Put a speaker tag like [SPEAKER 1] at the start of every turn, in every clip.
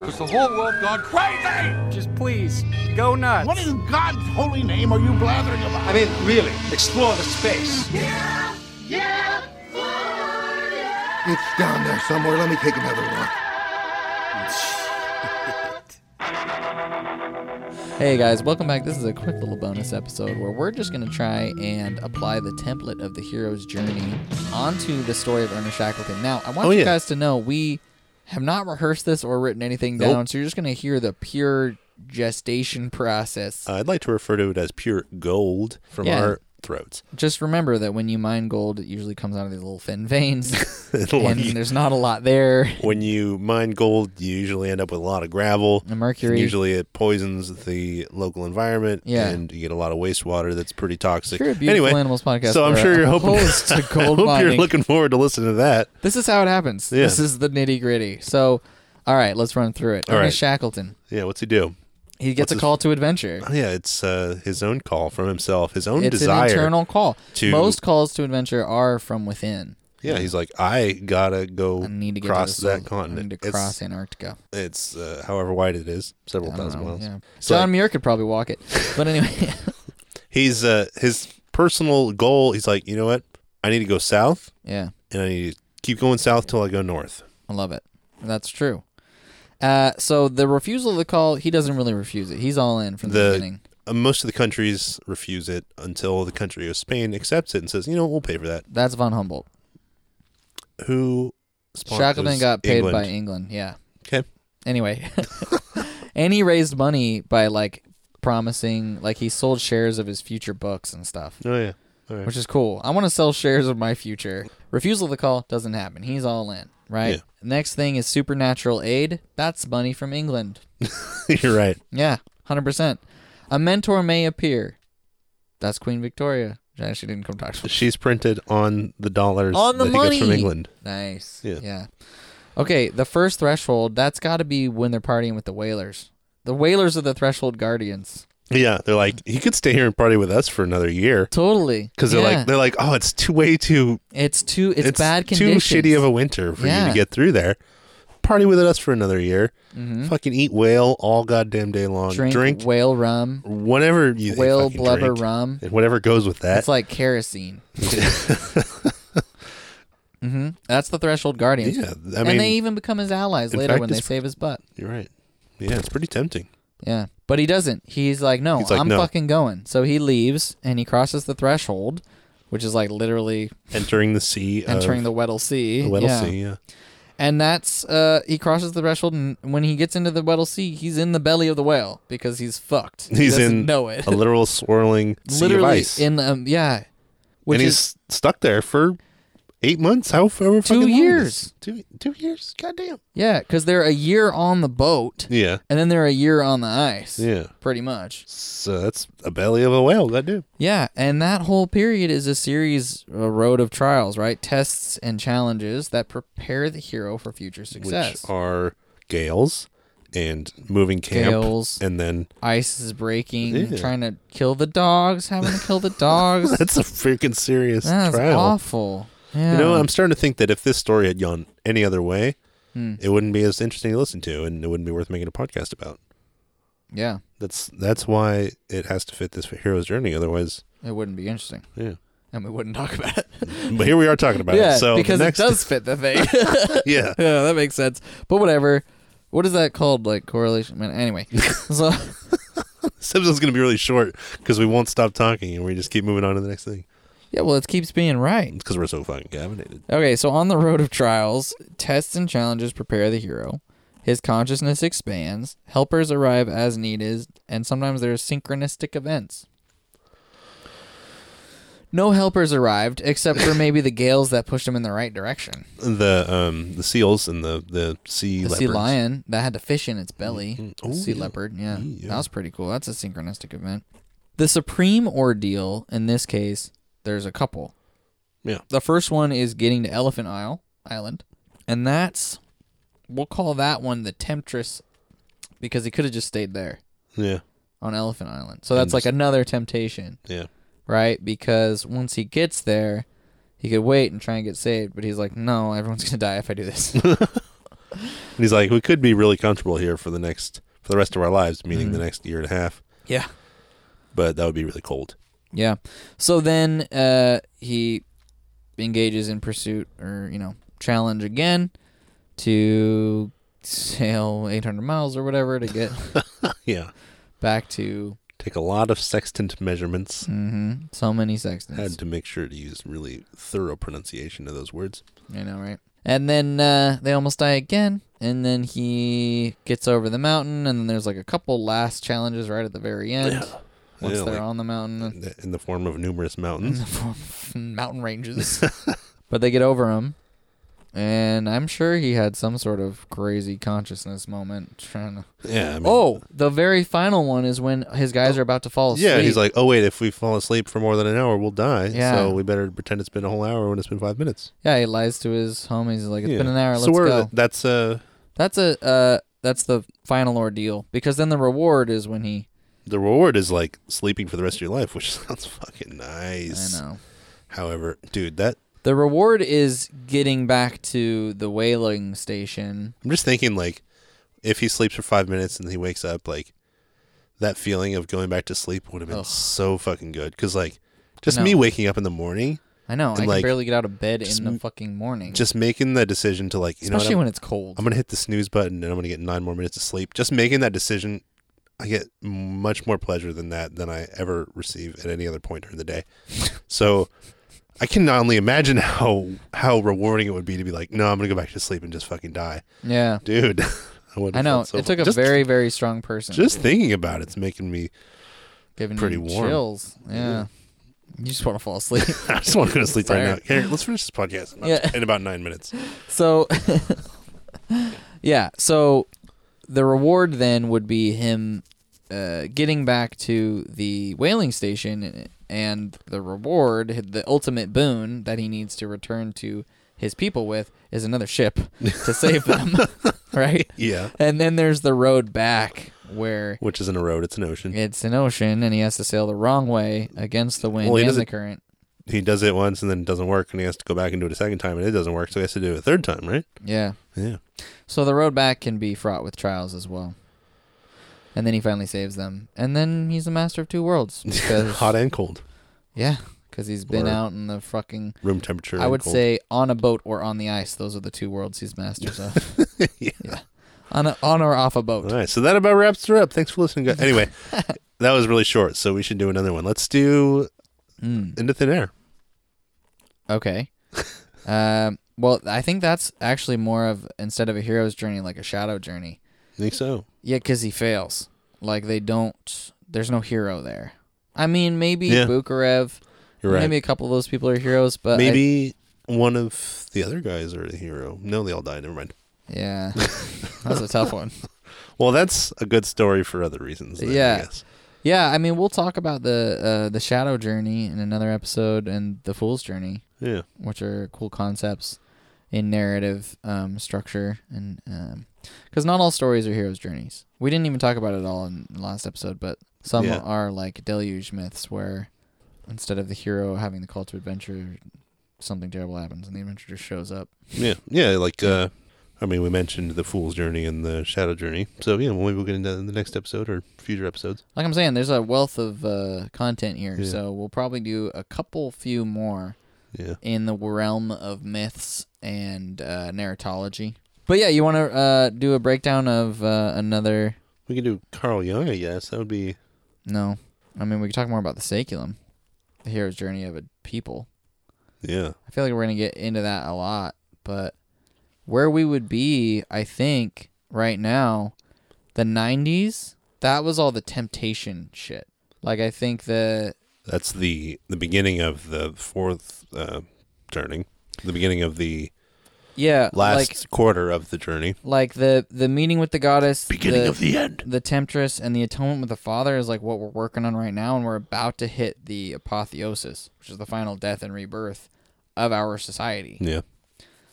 [SPEAKER 1] Because the whole world gone crazy!
[SPEAKER 2] Just please, go nuts.
[SPEAKER 3] What in God's holy name are you blathering about?
[SPEAKER 4] I mean, really, explore the space.
[SPEAKER 5] Yeah, yeah, oh, yeah.
[SPEAKER 6] It's down there somewhere. Let me take another look.
[SPEAKER 7] Hey guys, welcome back. This is a quick little bonus episode where we're just going to try and apply the template of the hero's journey onto the story of Ernest Shackleton. Now, I want
[SPEAKER 8] Oh,
[SPEAKER 7] you
[SPEAKER 8] yeah.
[SPEAKER 7] guys to know we have not rehearsed this or written anything
[SPEAKER 8] Nope.
[SPEAKER 7] down, so you're just going to hear the pure gestation process.
[SPEAKER 8] I'd like to refer to it as pure gold from
[SPEAKER 7] Yeah.
[SPEAKER 8] our throats.
[SPEAKER 7] just remember that when you mine gold, it usually comes out of these little thin veins, and
[SPEAKER 8] Like,
[SPEAKER 7] there's not a lot there.
[SPEAKER 8] when you mine gold, you usually end up with a lot of gravel.
[SPEAKER 7] And mercury.
[SPEAKER 8] and usually it poisons the local environment.
[SPEAKER 7] Yeah.
[SPEAKER 8] And you get a lot of wastewater that's pretty toxic.
[SPEAKER 7] If you're a beautiful
[SPEAKER 8] anyway,
[SPEAKER 7] animals podcast,
[SPEAKER 8] so I'm
[SPEAKER 7] we're
[SPEAKER 8] sure you're hoping,
[SPEAKER 7] opposed to
[SPEAKER 8] I
[SPEAKER 7] gold
[SPEAKER 8] hope you're
[SPEAKER 7] mining.
[SPEAKER 8] looking forward to listening to that.
[SPEAKER 7] This is how it happens.
[SPEAKER 8] Yeah.
[SPEAKER 7] This is the nitty gritty. So, all right, let's run through it.
[SPEAKER 8] All
[SPEAKER 7] Ernest
[SPEAKER 8] right.
[SPEAKER 7] Shackleton.
[SPEAKER 8] Yeah, what's he do?
[SPEAKER 7] He gets
[SPEAKER 8] What's
[SPEAKER 7] a
[SPEAKER 8] his-
[SPEAKER 7] call to adventure.
[SPEAKER 8] Yeah, it's uh, his own call from himself, his own
[SPEAKER 7] It's
[SPEAKER 8] desire.
[SPEAKER 7] an internal call.
[SPEAKER 8] to-
[SPEAKER 7] Most calls to adventure are from within.
[SPEAKER 8] yeah, he's like, I gotta go
[SPEAKER 7] I need to get to
[SPEAKER 8] cross
[SPEAKER 7] this
[SPEAKER 8] that
[SPEAKER 7] little-
[SPEAKER 8] continent.
[SPEAKER 7] I need to
[SPEAKER 8] it's
[SPEAKER 7] cross Antarctica.
[SPEAKER 8] it's uh, however wide it is, several
[SPEAKER 7] I don't
[SPEAKER 8] thousand
[SPEAKER 7] know,
[SPEAKER 8] miles.
[SPEAKER 7] yeah.
[SPEAKER 8] So
[SPEAKER 7] John Muir could probably walk it. But anyway,
[SPEAKER 8] he's uh, his personal goal. He's like, you know what? I need to go south,
[SPEAKER 7] yeah,
[SPEAKER 8] and I need to keep going south till I go north.
[SPEAKER 7] I love it. That's true. Uh, so the refusal of the call, he doesn't really refuse it. He's all in from the,
[SPEAKER 8] The
[SPEAKER 7] beginning.
[SPEAKER 8] uh, most of the countries refuse it until the country of Spain accepts it and says, you know, we'll pay for that.
[SPEAKER 7] That's von Humboldt.
[SPEAKER 8] Who? sponsors
[SPEAKER 7] Shackleton got paid
[SPEAKER 8] England?
[SPEAKER 7] by England. Yeah.
[SPEAKER 8] Okay.
[SPEAKER 7] Anyway, and he raised money by like promising, like he sold shares of his future books and stuff,
[SPEAKER 8] Oh yeah. All right.
[SPEAKER 7] which is cool. I want to sell shares of my future. Refusal of the call doesn't happen. He's all in, right?
[SPEAKER 8] Yeah.
[SPEAKER 7] Next thing is supernatural aid. That's money from England.
[SPEAKER 8] You're right.
[SPEAKER 7] Yeah, hundred percent. A mentor may appear. That's Queen Victoria. Yeah, She didn't come talk to me.
[SPEAKER 8] She's printed on the dollars
[SPEAKER 7] On the
[SPEAKER 8] that he gets from
[SPEAKER 7] money!
[SPEAKER 8] England.
[SPEAKER 7] Nice.
[SPEAKER 8] Yeah.
[SPEAKER 7] Yeah. Okay, the first threshold, that's got to be when they're partying with the whalers. The whalers are the threshold guardians.
[SPEAKER 8] Yeah, they're like he could stay here and party with us for another year
[SPEAKER 7] Totally.
[SPEAKER 8] because they're
[SPEAKER 7] Yeah.
[SPEAKER 8] like they're like oh it's too way too
[SPEAKER 7] it's too it's, bad
[SPEAKER 8] too
[SPEAKER 7] conditions.
[SPEAKER 8] shitty of a winter for you
[SPEAKER 7] Yeah.
[SPEAKER 8] to get through there. Party with us for another year. Fucking eat whale all goddamn day long.
[SPEAKER 7] Mm-hmm. drink,
[SPEAKER 8] Drink,
[SPEAKER 7] whale rum.
[SPEAKER 8] whatever you they
[SPEAKER 7] Whale
[SPEAKER 8] fucking
[SPEAKER 7] blubber
[SPEAKER 8] drink,
[SPEAKER 7] rum.
[SPEAKER 8] and whatever goes with that.
[SPEAKER 7] It's like kerosene. hmm That's the threshold guardians.
[SPEAKER 8] yeah, I mean
[SPEAKER 7] and they even become his allies
[SPEAKER 8] in
[SPEAKER 7] later
[SPEAKER 8] fact,
[SPEAKER 7] when they
[SPEAKER 8] it's-
[SPEAKER 7] save his butt.
[SPEAKER 8] you're right. Yeah, it's pretty tempting.
[SPEAKER 7] Yeah. But he doesn't. He's like, no,
[SPEAKER 8] He's like,
[SPEAKER 7] I'm
[SPEAKER 8] no.
[SPEAKER 7] fucking going. So he leaves and he crosses the threshold, which is like literally
[SPEAKER 8] Entering the sea,
[SPEAKER 7] entering
[SPEAKER 8] of
[SPEAKER 7] the Weddell Sea.
[SPEAKER 8] the Weddell
[SPEAKER 7] yeah.
[SPEAKER 8] Sea. Yeah,
[SPEAKER 7] And that's uh he crosses the threshold and when he gets into the Weddell Sea, he's in the belly of the whale because he's fucked. He
[SPEAKER 8] he's
[SPEAKER 7] doesn't
[SPEAKER 8] in
[SPEAKER 7] know it.
[SPEAKER 8] a literal swirling sea of
[SPEAKER 7] Literally
[SPEAKER 8] ice.
[SPEAKER 7] in the um, yeah. Which
[SPEAKER 8] and
[SPEAKER 7] is
[SPEAKER 8] he's stuck there for eight months. How however
[SPEAKER 7] Two
[SPEAKER 8] fucking long it is.
[SPEAKER 7] years.
[SPEAKER 8] Two two years. Goddamn.
[SPEAKER 7] yeah, cuz they're a year on the boat
[SPEAKER 8] Yeah.
[SPEAKER 7] and then they're a year on the ice.
[SPEAKER 8] Yeah.
[SPEAKER 7] Pretty much.
[SPEAKER 8] So that's a belly of a whale. Goddamn.
[SPEAKER 7] Yeah, and that whole period is a series, a road of trials, right? Tests and challenges that prepare the hero for future success.
[SPEAKER 8] Which are gales and moving camp.
[SPEAKER 7] Gales.
[SPEAKER 8] And then
[SPEAKER 7] Ice is breaking,
[SPEAKER 8] Yeah.
[SPEAKER 7] trying to kill the dogs, having to kill the dogs.
[SPEAKER 8] that's a freaking serious
[SPEAKER 7] That's
[SPEAKER 8] trial.
[SPEAKER 7] awful. Yeah.
[SPEAKER 8] You know, I'm starting to think that if this story had gone any other way,
[SPEAKER 7] Hmm.
[SPEAKER 8] it wouldn't be as interesting to listen to, and it wouldn't be worth making a podcast about.
[SPEAKER 7] yeah,
[SPEAKER 8] That's that's why it has to fit this hero's journey. Otherwise,
[SPEAKER 7] it wouldn't be interesting,
[SPEAKER 8] yeah.
[SPEAKER 7] and we wouldn't talk about it.
[SPEAKER 8] But here we are talking about
[SPEAKER 7] yeah,
[SPEAKER 8] it. So the
[SPEAKER 7] because
[SPEAKER 8] next-
[SPEAKER 7] it does fit the thing.
[SPEAKER 8] Yeah.
[SPEAKER 7] yeah, that makes sense. But whatever. What is that called? Like correlation? Man, anyway, so
[SPEAKER 8] This episode's going to be really short because we won't stop talking and we just keep moving on to the next thing
[SPEAKER 7] yeah, well, it keeps being right.
[SPEAKER 8] because we're so fucking caffeinated.
[SPEAKER 7] Okay, so on the road of trials, tests and challenges prepare the hero. His consciousness expands, helpers arrive as needed, and sometimes there are synchronistic events. No helpers arrived, except for maybe the gales that pushed him in the right direction.
[SPEAKER 8] The um the seals and the the sea
[SPEAKER 7] The
[SPEAKER 8] leopards.
[SPEAKER 7] sea lion that had to fish in its belly.
[SPEAKER 8] Oh,
[SPEAKER 7] sea
[SPEAKER 8] yeah.
[SPEAKER 7] leopard, yeah.
[SPEAKER 8] Yeah.
[SPEAKER 7] That was pretty cool. That's a synchronistic event. The supreme ordeal, in this case, there's a couple.
[SPEAKER 8] Yeah.
[SPEAKER 7] The first one is getting to Elephant Isle Island, and that's we'll call that one the Temptress because he could have just stayed there
[SPEAKER 8] Yeah.
[SPEAKER 7] on Elephant Island. So that's like
[SPEAKER 8] just-
[SPEAKER 7] another temptation,
[SPEAKER 8] Yeah.
[SPEAKER 7] right? Because once he gets there, he could wait and try and get saved, but he's like, "No, everyone's going to die if I do this."
[SPEAKER 8] And he's like, we could be really comfortable here for the next for the rest of our lives, meaning the next year and a half.
[SPEAKER 7] Mm-hmm. Yeah.
[SPEAKER 8] But that would be really cold.
[SPEAKER 7] Yeah. So then uh, he engages in pursuit or, you know, challenge again to sail 800 miles or whatever to get
[SPEAKER 8] Yeah.
[SPEAKER 7] back to
[SPEAKER 8] Take a lot of sextant measurements. Mm-hmm.
[SPEAKER 7] so many
[SPEAKER 8] Had
[SPEAKER 7] sextants.
[SPEAKER 8] to make sure to use really thorough pronunciation of those words.
[SPEAKER 7] I know, right? And then uh, they almost die again. And then he gets over the mountain. And then there's like a couple last challenges right at the very end. Once
[SPEAKER 8] Yeah,
[SPEAKER 7] they're
[SPEAKER 8] like-
[SPEAKER 7] on the mountain,
[SPEAKER 8] Th- In the form of numerous mountains.
[SPEAKER 7] mountain ranges. but they get over him. And I'm sure he had some sort of crazy consciousness moment trying to.
[SPEAKER 8] Yeah. I mean- Oh,
[SPEAKER 7] Oh, the very final one is when his guys are about to fall asleep.
[SPEAKER 8] Yeah, he's like, oh wait, if we fall asleep for more than an hour, we'll die.
[SPEAKER 7] Yeah.
[SPEAKER 8] So we better pretend it's been a whole hour when it's been five minutes.
[SPEAKER 7] yeah, he lies to his homies. He's like, it's
[SPEAKER 8] Yeah.
[SPEAKER 7] been an hour.
[SPEAKER 8] So
[SPEAKER 7] Let's
[SPEAKER 8] we're-
[SPEAKER 7] go.
[SPEAKER 8] That's uh,
[SPEAKER 7] That's a uh, that's the final ordeal because then the reward is when he.
[SPEAKER 8] the reward is like sleeping for the rest of your life, which sounds fucking
[SPEAKER 7] I
[SPEAKER 8] nice.
[SPEAKER 7] know.
[SPEAKER 8] However, dude, that
[SPEAKER 7] The reward is getting back to the whaling station.
[SPEAKER 8] I'm just thinking like, if he sleeps for five minutes and he wakes up, like that feeling of going back to sleep would have been so fucking good. Because like, just
[SPEAKER 7] No.
[SPEAKER 8] me waking up in the morning,
[SPEAKER 7] I know. I can
[SPEAKER 8] like,
[SPEAKER 7] barely get out of bed in the
[SPEAKER 8] m-
[SPEAKER 7] fucking morning.
[SPEAKER 8] just making the decision to like, you
[SPEAKER 7] especially
[SPEAKER 8] know, what,
[SPEAKER 7] when
[SPEAKER 8] I'm,
[SPEAKER 7] it's cold.
[SPEAKER 8] I'm gonna hit the snooze button and I'm gonna get nine more minutes of sleep. Just making that decision. I get much more pleasure than that than I ever receive at any other point during the day. So I can only imagine how how rewarding it would be to be like, no, I'm gonna go back to sleep and just fucking die,
[SPEAKER 7] yeah,
[SPEAKER 8] dude. I, would
[SPEAKER 7] I
[SPEAKER 8] have
[SPEAKER 7] know.
[SPEAKER 8] felt so
[SPEAKER 7] it took
[SPEAKER 8] fu-
[SPEAKER 7] a
[SPEAKER 8] just-
[SPEAKER 7] very very strong person.
[SPEAKER 8] Just thinking about it's making me.
[SPEAKER 7] giving
[SPEAKER 8] pretty
[SPEAKER 7] you
[SPEAKER 8] warm.
[SPEAKER 7] chills. Yeah. You just want to fall asleep.
[SPEAKER 8] I just want to go to sleep right
[SPEAKER 7] Sorry.
[SPEAKER 8] now. Here, let's finish this podcast in about,
[SPEAKER 7] Yeah.
[SPEAKER 8] in about nine minutes.
[SPEAKER 7] So, yeah. So, the reward then would be him uh, getting back to the whaling station, and the reward, the ultimate boon that he needs to return to his people with, is another ship to save them, right?
[SPEAKER 8] Yeah,
[SPEAKER 7] And then there's the road back where
[SPEAKER 8] which isn't a road; it's an ocean.
[SPEAKER 7] it's an ocean, and he has to sail the wrong way against the wind
[SPEAKER 8] Well, he
[SPEAKER 7] and the
[SPEAKER 8] doesn't-
[SPEAKER 7] current.
[SPEAKER 8] He does it once and then it doesn't work, and he has to go back and do it a second time, and it doesn't work, so he has to do it a third time, right?
[SPEAKER 7] Yeah.
[SPEAKER 8] Yeah.
[SPEAKER 7] So the road back can be fraught with trials as well. And then he finally saves them. And then he's the master of two worlds. Because,
[SPEAKER 8] Hot and cold,
[SPEAKER 7] Yeah, because he's been
[SPEAKER 8] Or-
[SPEAKER 7] out in the fucking.
[SPEAKER 8] room temperature.
[SPEAKER 7] I
[SPEAKER 8] and
[SPEAKER 7] would
[SPEAKER 8] cold.
[SPEAKER 7] say on a boat or on the ice. Those are the two worlds he's masters of. yeah. On, a, on or off a boat.
[SPEAKER 8] All right, so that about wraps her up. Thanks for listening, guys. Anyway, that was really short, so we should do another one. Let's do
[SPEAKER 7] Mm.
[SPEAKER 8] into thin air.
[SPEAKER 7] Okay. um, well, I think that's actually more of, instead of a hero's journey, like a shadow journey.
[SPEAKER 8] think so?
[SPEAKER 7] Yeah, because he fails. Like, they don't. There's no hero there. I mean, maybe
[SPEAKER 8] Yeah.
[SPEAKER 7] Bukarev.
[SPEAKER 8] You're right.
[SPEAKER 7] Maybe a couple of those people are heroes, but I-
[SPEAKER 8] Maybe one of the other guys are the hero. No, they all died. Never mind.
[SPEAKER 7] yeah, that was a tough one.
[SPEAKER 8] Well, that's a good story for other reasons. Then,
[SPEAKER 7] Yeah.
[SPEAKER 8] I guess.
[SPEAKER 7] Yeah, I mean, we'll talk about the uh, the shadow journey in another episode and the fool's journey,
[SPEAKER 8] Yeah.
[SPEAKER 7] which are cool concepts in narrative um, structure and because not all stories are heroes' journeys. We didn't even talk about it all in the last episode, but some
[SPEAKER 8] Yeah.
[SPEAKER 7] are like deluge myths where instead of the hero having the call to adventure, something terrible happens and the adventure just shows up.
[SPEAKER 8] Yeah. Yeah. Like, uh, I mean, we mentioned the Fool's Journey and the Shadow Journey. So, yeah, well, maybe we'll get into that in the next episode or future episodes.
[SPEAKER 7] like I'm saying, there's a wealth of uh, content here,
[SPEAKER 8] Yeah.
[SPEAKER 7] so we'll probably do a couple few more
[SPEAKER 8] Yeah.
[SPEAKER 7] in the realm of myths and uh, narratology. But yeah, you want to uh, do a breakdown of uh, another?
[SPEAKER 8] We can do Carl Jung, I guess. That would be.
[SPEAKER 7] No, I mean we could talk more about the Saculum, the hero's journey of a people.
[SPEAKER 8] Yeah.
[SPEAKER 7] I feel like we're gonna get into that a lot, but where we would be, I think, right now, the '90s, that was all the temptation shit. Like I think the
[SPEAKER 8] That's the the beginning of the fourth uh, turning, the beginning of the
[SPEAKER 7] yeah
[SPEAKER 8] last
[SPEAKER 7] like,
[SPEAKER 8] quarter of the journey.
[SPEAKER 7] like the the meeting with the goddess
[SPEAKER 3] Beginning of the end.
[SPEAKER 7] the temptress and the atonement with the father is like what we're working on right now and we're about to hit the apotheosis which is the final death and rebirth of our society
[SPEAKER 8] Yeah.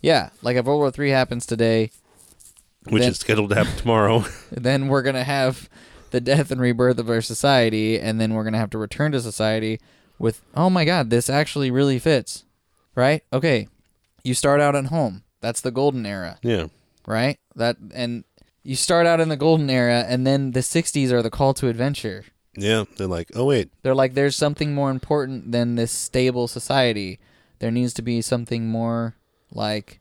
[SPEAKER 7] yeah like if world war three happens today
[SPEAKER 8] Which
[SPEAKER 7] Then-
[SPEAKER 8] is scheduled to happen tomorrow.
[SPEAKER 7] then we're gonna have the death and rebirth of our society and then we're gonna have to return to society with oh my god this actually really fits right okay you start out at home that's the golden era
[SPEAKER 8] yeah.
[SPEAKER 7] right? That and you start out in the golden era, and then the '60s are the call to adventure.
[SPEAKER 8] Yeah, they're like, oh wait,
[SPEAKER 7] They're like, there's something more important than this stable society. There needs to be something more like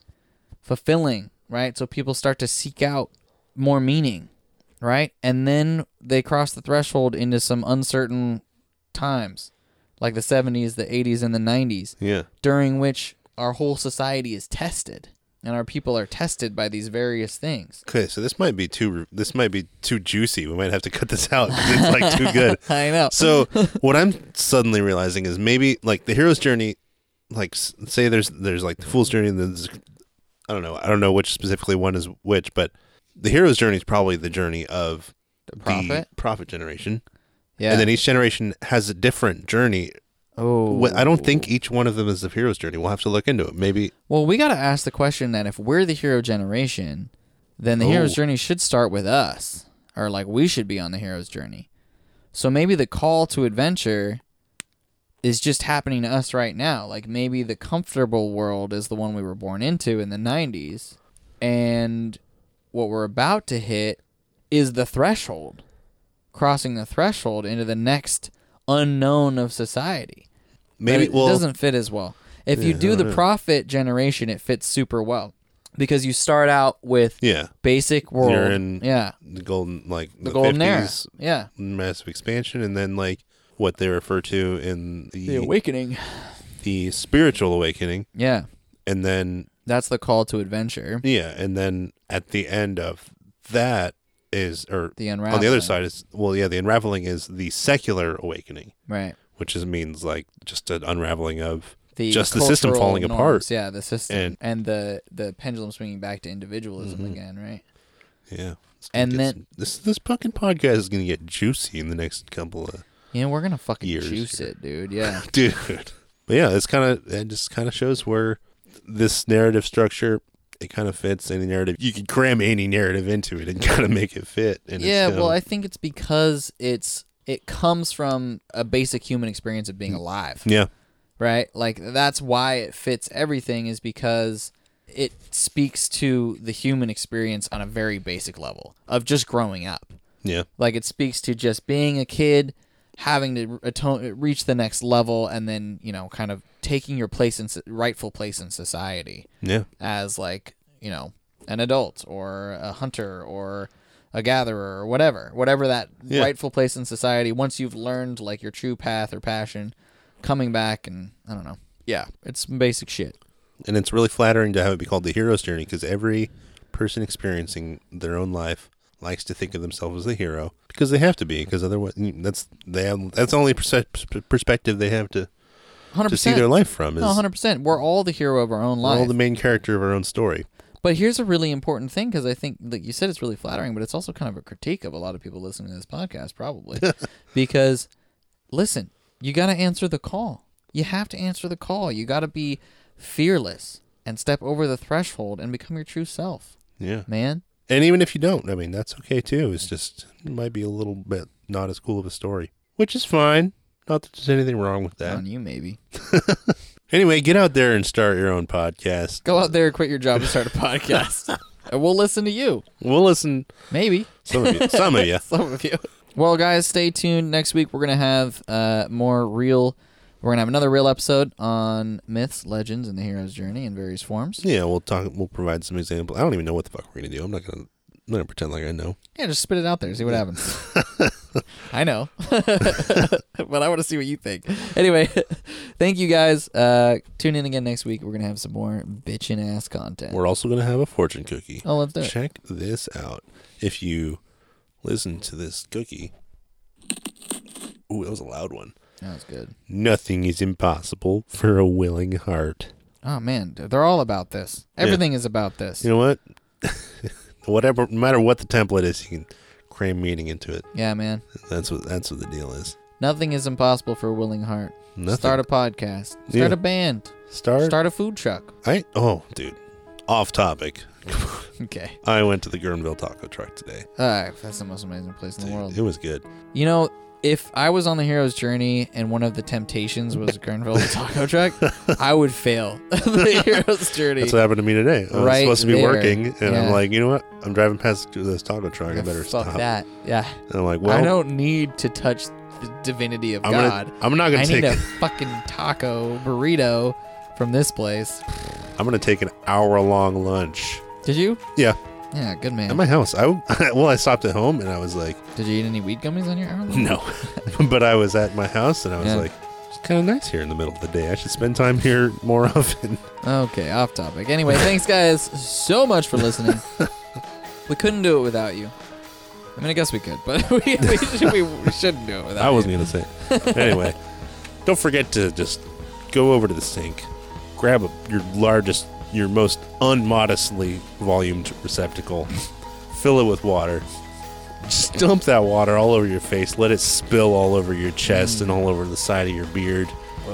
[SPEAKER 7] fulfilling, right? So people start to seek out more meaning, right? And then they cross the threshold into some uncertain times, like the 70s, the 80s, and the 90s,
[SPEAKER 8] yeah,
[SPEAKER 7] during which our whole society is tested and our people are tested by these various things.
[SPEAKER 8] okay. So this might be too this might be too juicy. We might have to cut this out 'cause it's like too good.
[SPEAKER 7] I know.
[SPEAKER 8] so what I'm suddenly realizing is maybe like the hero's journey, like s- say there's there's like the fool's journey and then there's- I don't know I don't know which specifically one is which, but the hero's journey is probably the journey of the
[SPEAKER 7] prophet?
[SPEAKER 8] prophet generation,
[SPEAKER 7] yeah.
[SPEAKER 8] and then each generation has a different journey.
[SPEAKER 7] oh.
[SPEAKER 8] Wh- I don't think each one of them is the hero's journey. We'll have to look into it. Maybe
[SPEAKER 7] Well, we got to ask the question that if we're the hero generation, then the hero's
[SPEAKER 8] Oh.
[SPEAKER 7] journey should start with us, or like we should be on the hero's journey. So maybe the call to adventure is just happening to us right now. Like maybe the comfortable world is the one we were born into in the 90s, and what we're about to hit is the threshold, crossing the threshold into the next unknown of society but
[SPEAKER 8] maybe
[SPEAKER 7] it
[SPEAKER 8] well
[SPEAKER 7] doesn't fit as well. If you do the profit generation, it fits super well because you start out with
[SPEAKER 8] yeah
[SPEAKER 7] basic world,
[SPEAKER 8] You're in
[SPEAKER 7] yeah,
[SPEAKER 8] the golden like
[SPEAKER 7] the, golden
[SPEAKER 8] 50s,
[SPEAKER 7] era, yeah,
[SPEAKER 8] massive expansion, and then like what they refer to in
[SPEAKER 7] the awakening,
[SPEAKER 8] the spiritual awakening
[SPEAKER 7] yeah.
[SPEAKER 8] and then
[SPEAKER 7] That's the call to adventure.
[SPEAKER 8] yeah and then at the end of that is or
[SPEAKER 7] The
[SPEAKER 8] on the other
[SPEAKER 7] unraveling.
[SPEAKER 8] side is well yeah the unraveling is the secular awakening
[SPEAKER 7] Right,
[SPEAKER 8] which is means like just an unraveling of
[SPEAKER 7] the
[SPEAKER 8] just the system
[SPEAKER 7] cultural
[SPEAKER 8] falling apart.
[SPEAKER 7] norms, yeah, the system
[SPEAKER 8] And- Mm-hmm.
[SPEAKER 7] and, the the pendulum swinging back to individualism again, right?
[SPEAKER 8] yeah It's
[SPEAKER 7] And
[SPEAKER 8] gonna get
[SPEAKER 7] then-
[SPEAKER 8] some- this this fucking podcast is gonna get juicy in the next couple of
[SPEAKER 7] Yeah, we're gonna fucking
[SPEAKER 8] Years
[SPEAKER 7] juice
[SPEAKER 8] here.
[SPEAKER 7] it, dude. Yeah,
[SPEAKER 8] dude but yeah it's kind of it just kind of shows where this narrative structure it kind of fits any narrative you could cram any narrative into it and kind of make it fit and it's um,
[SPEAKER 7] yeah. Well,
[SPEAKER 8] kinda-
[SPEAKER 7] I think it's because it's it comes from a basic human experience of being
[SPEAKER 8] Mm.
[SPEAKER 7] alive.
[SPEAKER 8] yeah
[SPEAKER 7] right? Like that's why it fits everything is because it speaks to the human experience on a very basic level of just growing up.
[SPEAKER 8] yeah
[SPEAKER 7] Like it speaks to just being a kid, having to atone, reach the next level, and then you know, kind of taking your place in so- rightful place in society
[SPEAKER 8] yeah
[SPEAKER 7] as like you know an adult or a hunter or a gatherer or whatever whatever that
[SPEAKER 8] Yeah.
[SPEAKER 7] rightful place in society once you've learned like your true path or passion coming back and i don't know yeah it's some basic shit
[SPEAKER 8] and it's really flattering to have it be called the hero's journey because every person experiencing their own life likes to think of themselves as the hero because they have to be because otherwise mm, that's they have that's the only perspe- perspective they have to
[SPEAKER 7] 100%
[SPEAKER 8] to see their life from is
[SPEAKER 7] no, 100% we're all the hero of our own
[SPEAKER 8] we're
[SPEAKER 7] life
[SPEAKER 8] all the main character of our own story
[SPEAKER 7] but here's a really important thing because i think like you said it's really flattering but it's also kind of a critique of a lot of people listening to this podcast probably because listen you got to answer the call you have to answer the call you got to be fearless and step over the threshold and become your true self
[SPEAKER 8] yeah
[SPEAKER 7] man
[SPEAKER 8] and even if you don't i mean that's okay too it's just it might be a little bit not as cool of a story which is fine not that there's anything wrong with that
[SPEAKER 7] on you maybe
[SPEAKER 8] anyway get out there and start your own podcast
[SPEAKER 7] go out there quit your job and start a podcast and we'll listen to you
[SPEAKER 8] we'll listen
[SPEAKER 7] maybe
[SPEAKER 8] some of you some of you
[SPEAKER 7] some of you. Well, guys, stay tuned. Next week we're gonna have uh, more real. We're gonna have another real episode on myths, legends, and the hero's journey in various forms.
[SPEAKER 8] Yeah, we'll talk. We'll provide some examples. I don't even know what the fuck we're gonna do. I'm not gonna. I'm not gonna pretend like I know.
[SPEAKER 7] Yeah, just spit it out there. See what happens. I know, but I want to see what you think. Anyway, thank you guys. Uh, tune in again next week. We're gonna have some more bitchin' ass content.
[SPEAKER 8] We're also gonna have a fortune cookie.
[SPEAKER 7] oh, let's do it.
[SPEAKER 8] Check this out. If you listen to this cookie, ooh, that was a loud one.
[SPEAKER 7] That was good.
[SPEAKER 8] Nothing is impossible for a willing heart.
[SPEAKER 7] Oh man, they're all about this. Everything is about this.
[SPEAKER 8] You know what? Whatever, no matter what the template is, you can cram meaning into it.
[SPEAKER 7] yeah, man.
[SPEAKER 8] That's what. That's what the deal is.
[SPEAKER 7] Nothing is impossible for a willing heart.
[SPEAKER 8] Nothing.
[SPEAKER 7] Start a podcast. Start
[SPEAKER 8] Yeah.
[SPEAKER 7] a band.
[SPEAKER 8] Start.
[SPEAKER 7] Start a food truck.
[SPEAKER 8] I. Oh, dude. Off topic.
[SPEAKER 7] Okay.
[SPEAKER 8] I went to the Guerneville Taco Truck today.
[SPEAKER 7] Uh, that's the most amazing place in the
[SPEAKER 8] Dude,
[SPEAKER 7] world.
[SPEAKER 8] It was good.
[SPEAKER 7] You know, if I was on the hero's journey and one of the temptations was Grenville the taco truck, I would fail the hero's journey.
[SPEAKER 8] That's what happened to me today. I was
[SPEAKER 7] Right
[SPEAKER 8] supposed to be
[SPEAKER 7] there.
[SPEAKER 8] working, and
[SPEAKER 7] Yeah.
[SPEAKER 8] I'm like, you know what? I'm driving past this taco truck. I
[SPEAKER 7] Yeah,
[SPEAKER 8] better
[SPEAKER 7] Fuck
[SPEAKER 8] stop.
[SPEAKER 7] that. Yeah.
[SPEAKER 8] And I'm like, well,
[SPEAKER 7] I don't need to touch the divinity of
[SPEAKER 8] I'm
[SPEAKER 7] God.
[SPEAKER 8] gonna, I'm not gonna
[SPEAKER 7] I
[SPEAKER 8] take,
[SPEAKER 7] need a fucking taco burrito from this place.
[SPEAKER 8] I'm gonna take an hour long lunch.
[SPEAKER 7] Did you?
[SPEAKER 8] Yeah,
[SPEAKER 7] Yeah, good
[SPEAKER 8] at
[SPEAKER 7] man.
[SPEAKER 8] my house. I well, I stopped at home and I was like,
[SPEAKER 7] Did you eat any weed gummies on your hour?
[SPEAKER 8] no, but I was at my house and I was
[SPEAKER 7] Yeah.
[SPEAKER 8] like, it's kind of nice here in the middle of the day. I should spend time here more often.
[SPEAKER 7] Okay, off topic. Anyway, thanks guys so much for listening. we couldn't do it without you. I mean, I guess we could, but we, we, should, we shouldn't do it without
[SPEAKER 8] I wasn't
[SPEAKER 7] you.
[SPEAKER 8] gonna say. it. anyway, don't forget to just go over to the sink, grab a, your largest, your most unmodestly volumed receptacle, fill it with water, just dump that water all over your face, let it spill all over your chest and all over the side of your beard.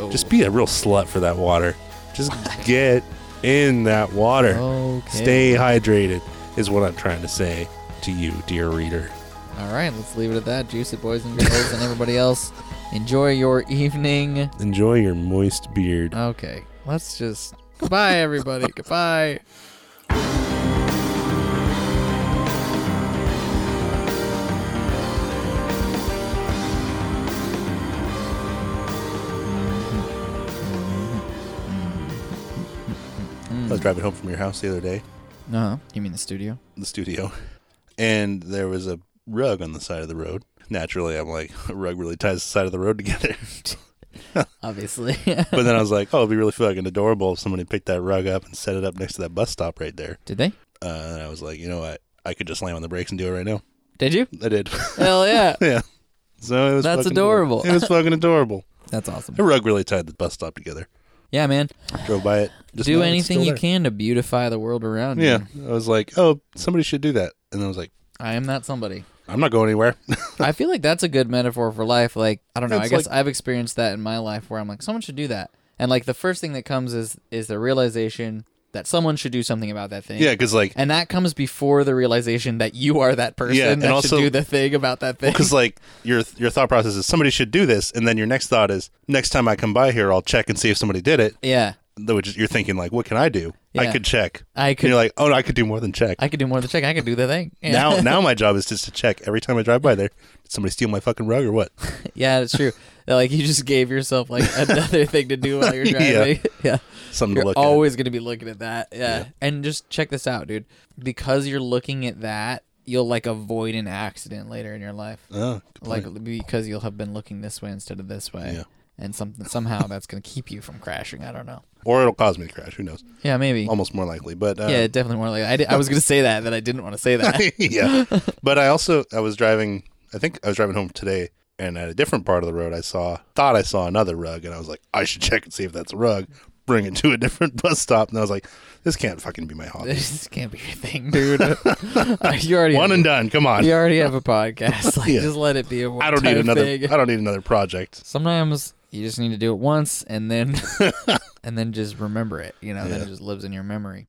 [SPEAKER 8] Just be a real slut for that water. Just get in that water.
[SPEAKER 7] Okay.
[SPEAKER 8] Stay hydrated is what I'm trying to say to you, dear reader.
[SPEAKER 7] All right, let's leave it at that. Juice it, boys and girls, and everybody else. Enjoy your evening.
[SPEAKER 8] Enjoy your moist beard.
[SPEAKER 7] Okay, let's just. Goodbye, everybody. Goodbye.
[SPEAKER 8] I was driving home from your house the other day,
[SPEAKER 7] Uh huh. You mean the studio?
[SPEAKER 8] the studio, and there was a rug on the side of the road. Naturally, I'm like, a rug really ties the side of the road together.
[SPEAKER 7] Obviously.
[SPEAKER 8] but then I was like, oh, it'd be really fucking adorable if somebody picked that rug up and set it up next to that bus stop right there.
[SPEAKER 7] Did they?
[SPEAKER 8] Uh, and I was like, you know what? I could just slam on the brakes and do it right now.
[SPEAKER 7] Did you?
[SPEAKER 8] I did.
[SPEAKER 7] Hell yeah.
[SPEAKER 8] yeah. So it was
[SPEAKER 7] That's
[SPEAKER 8] fucking
[SPEAKER 7] adorable.
[SPEAKER 8] It was fucking adorable.
[SPEAKER 7] That's awesome.
[SPEAKER 8] The rug really tied the bus stop together.
[SPEAKER 7] Yeah, man.
[SPEAKER 8] Drove by it. Just
[SPEAKER 7] Do
[SPEAKER 8] know it's
[SPEAKER 7] anything
[SPEAKER 8] still
[SPEAKER 7] you
[SPEAKER 8] there.
[SPEAKER 7] can to beautify the world around you.
[SPEAKER 8] Yeah. I was like, oh, somebody should do that. And I was like,
[SPEAKER 7] I am that somebody.
[SPEAKER 8] I'm not going anywhere.
[SPEAKER 7] I feel like that's a good metaphor for life. Like I don't know. I
[SPEAKER 8] It's
[SPEAKER 7] guess
[SPEAKER 8] like-
[SPEAKER 7] I've experienced that in my life where I'm like, someone should do that, and like the first thing that comes is is the realization that someone should do something about that thing.
[SPEAKER 8] yeah, because like
[SPEAKER 7] And that comes before the realization that you are that person
[SPEAKER 8] Yeah, and
[SPEAKER 7] that
[SPEAKER 8] also-
[SPEAKER 7] should do the thing about that thing.
[SPEAKER 8] because like your your thought process is somebody should do this, and then your next thought is next time I come by here, I'll check and see if somebody did it.
[SPEAKER 7] yeah,
[SPEAKER 8] Though which is- you're thinking like, what can I do?
[SPEAKER 7] Yeah.
[SPEAKER 8] I could check.
[SPEAKER 7] I could.
[SPEAKER 8] and you're like, oh, no, I could do more than check.
[SPEAKER 7] I could do more than check. I could do the thing. Yeah.
[SPEAKER 8] Now now my job is just to check every time I drive by there. Did somebody steal my fucking rug or what?
[SPEAKER 7] yeah, it's true. like you just gave yourself like another thing to do while you're
[SPEAKER 8] Yeah.
[SPEAKER 7] driving. yeah.
[SPEAKER 8] Something
[SPEAKER 7] You're
[SPEAKER 8] to look
[SPEAKER 7] always going to be looking at that. Yeah. And just check this out, dude. Because you're looking at that, you'll like avoid an accident later in your life.
[SPEAKER 8] at. Oh, good point.
[SPEAKER 7] Like because you'll have been looking this way instead of this way.
[SPEAKER 8] Yeah.
[SPEAKER 7] And something somehow that's going to keep you from crashing. I don't know.
[SPEAKER 8] or it'll cause me to crash. Who knows?
[SPEAKER 7] Yeah, maybe.
[SPEAKER 8] Almost more likely, but uh,
[SPEAKER 7] yeah, definitely more like I, di- I was going to say that that I didn't want to say that.
[SPEAKER 8] yeah. But I also I was driving. I think I was driving home today, and at a different part of the road, I saw thought I saw another rug, and I was like, I should check and see if that's a rug. Bring it to a different bus stop, and I was like, this can't fucking be my hobby.
[SPEAKER 7] this can't be your thing, dude. you already
[SPEAKER 8] One
[SPEAKER 7] have,
[SPEAKER 8] and done. Come on.
[SPEAKER 7] You already have a podcast. Like
[SPEAKER 8] Yeah.
[SPEAKER 7] just let it be a
[SPEAKER 8] I don't need
[SPEAKER 7] one-time
[SPEAKER 8] another.
[SPEAKER 7] thing.
[SPEAKER 8] I don't need another project.
[SPEAKER 7] sometimes you just need to do it once and then and then just remember it you know then it just lives in your memory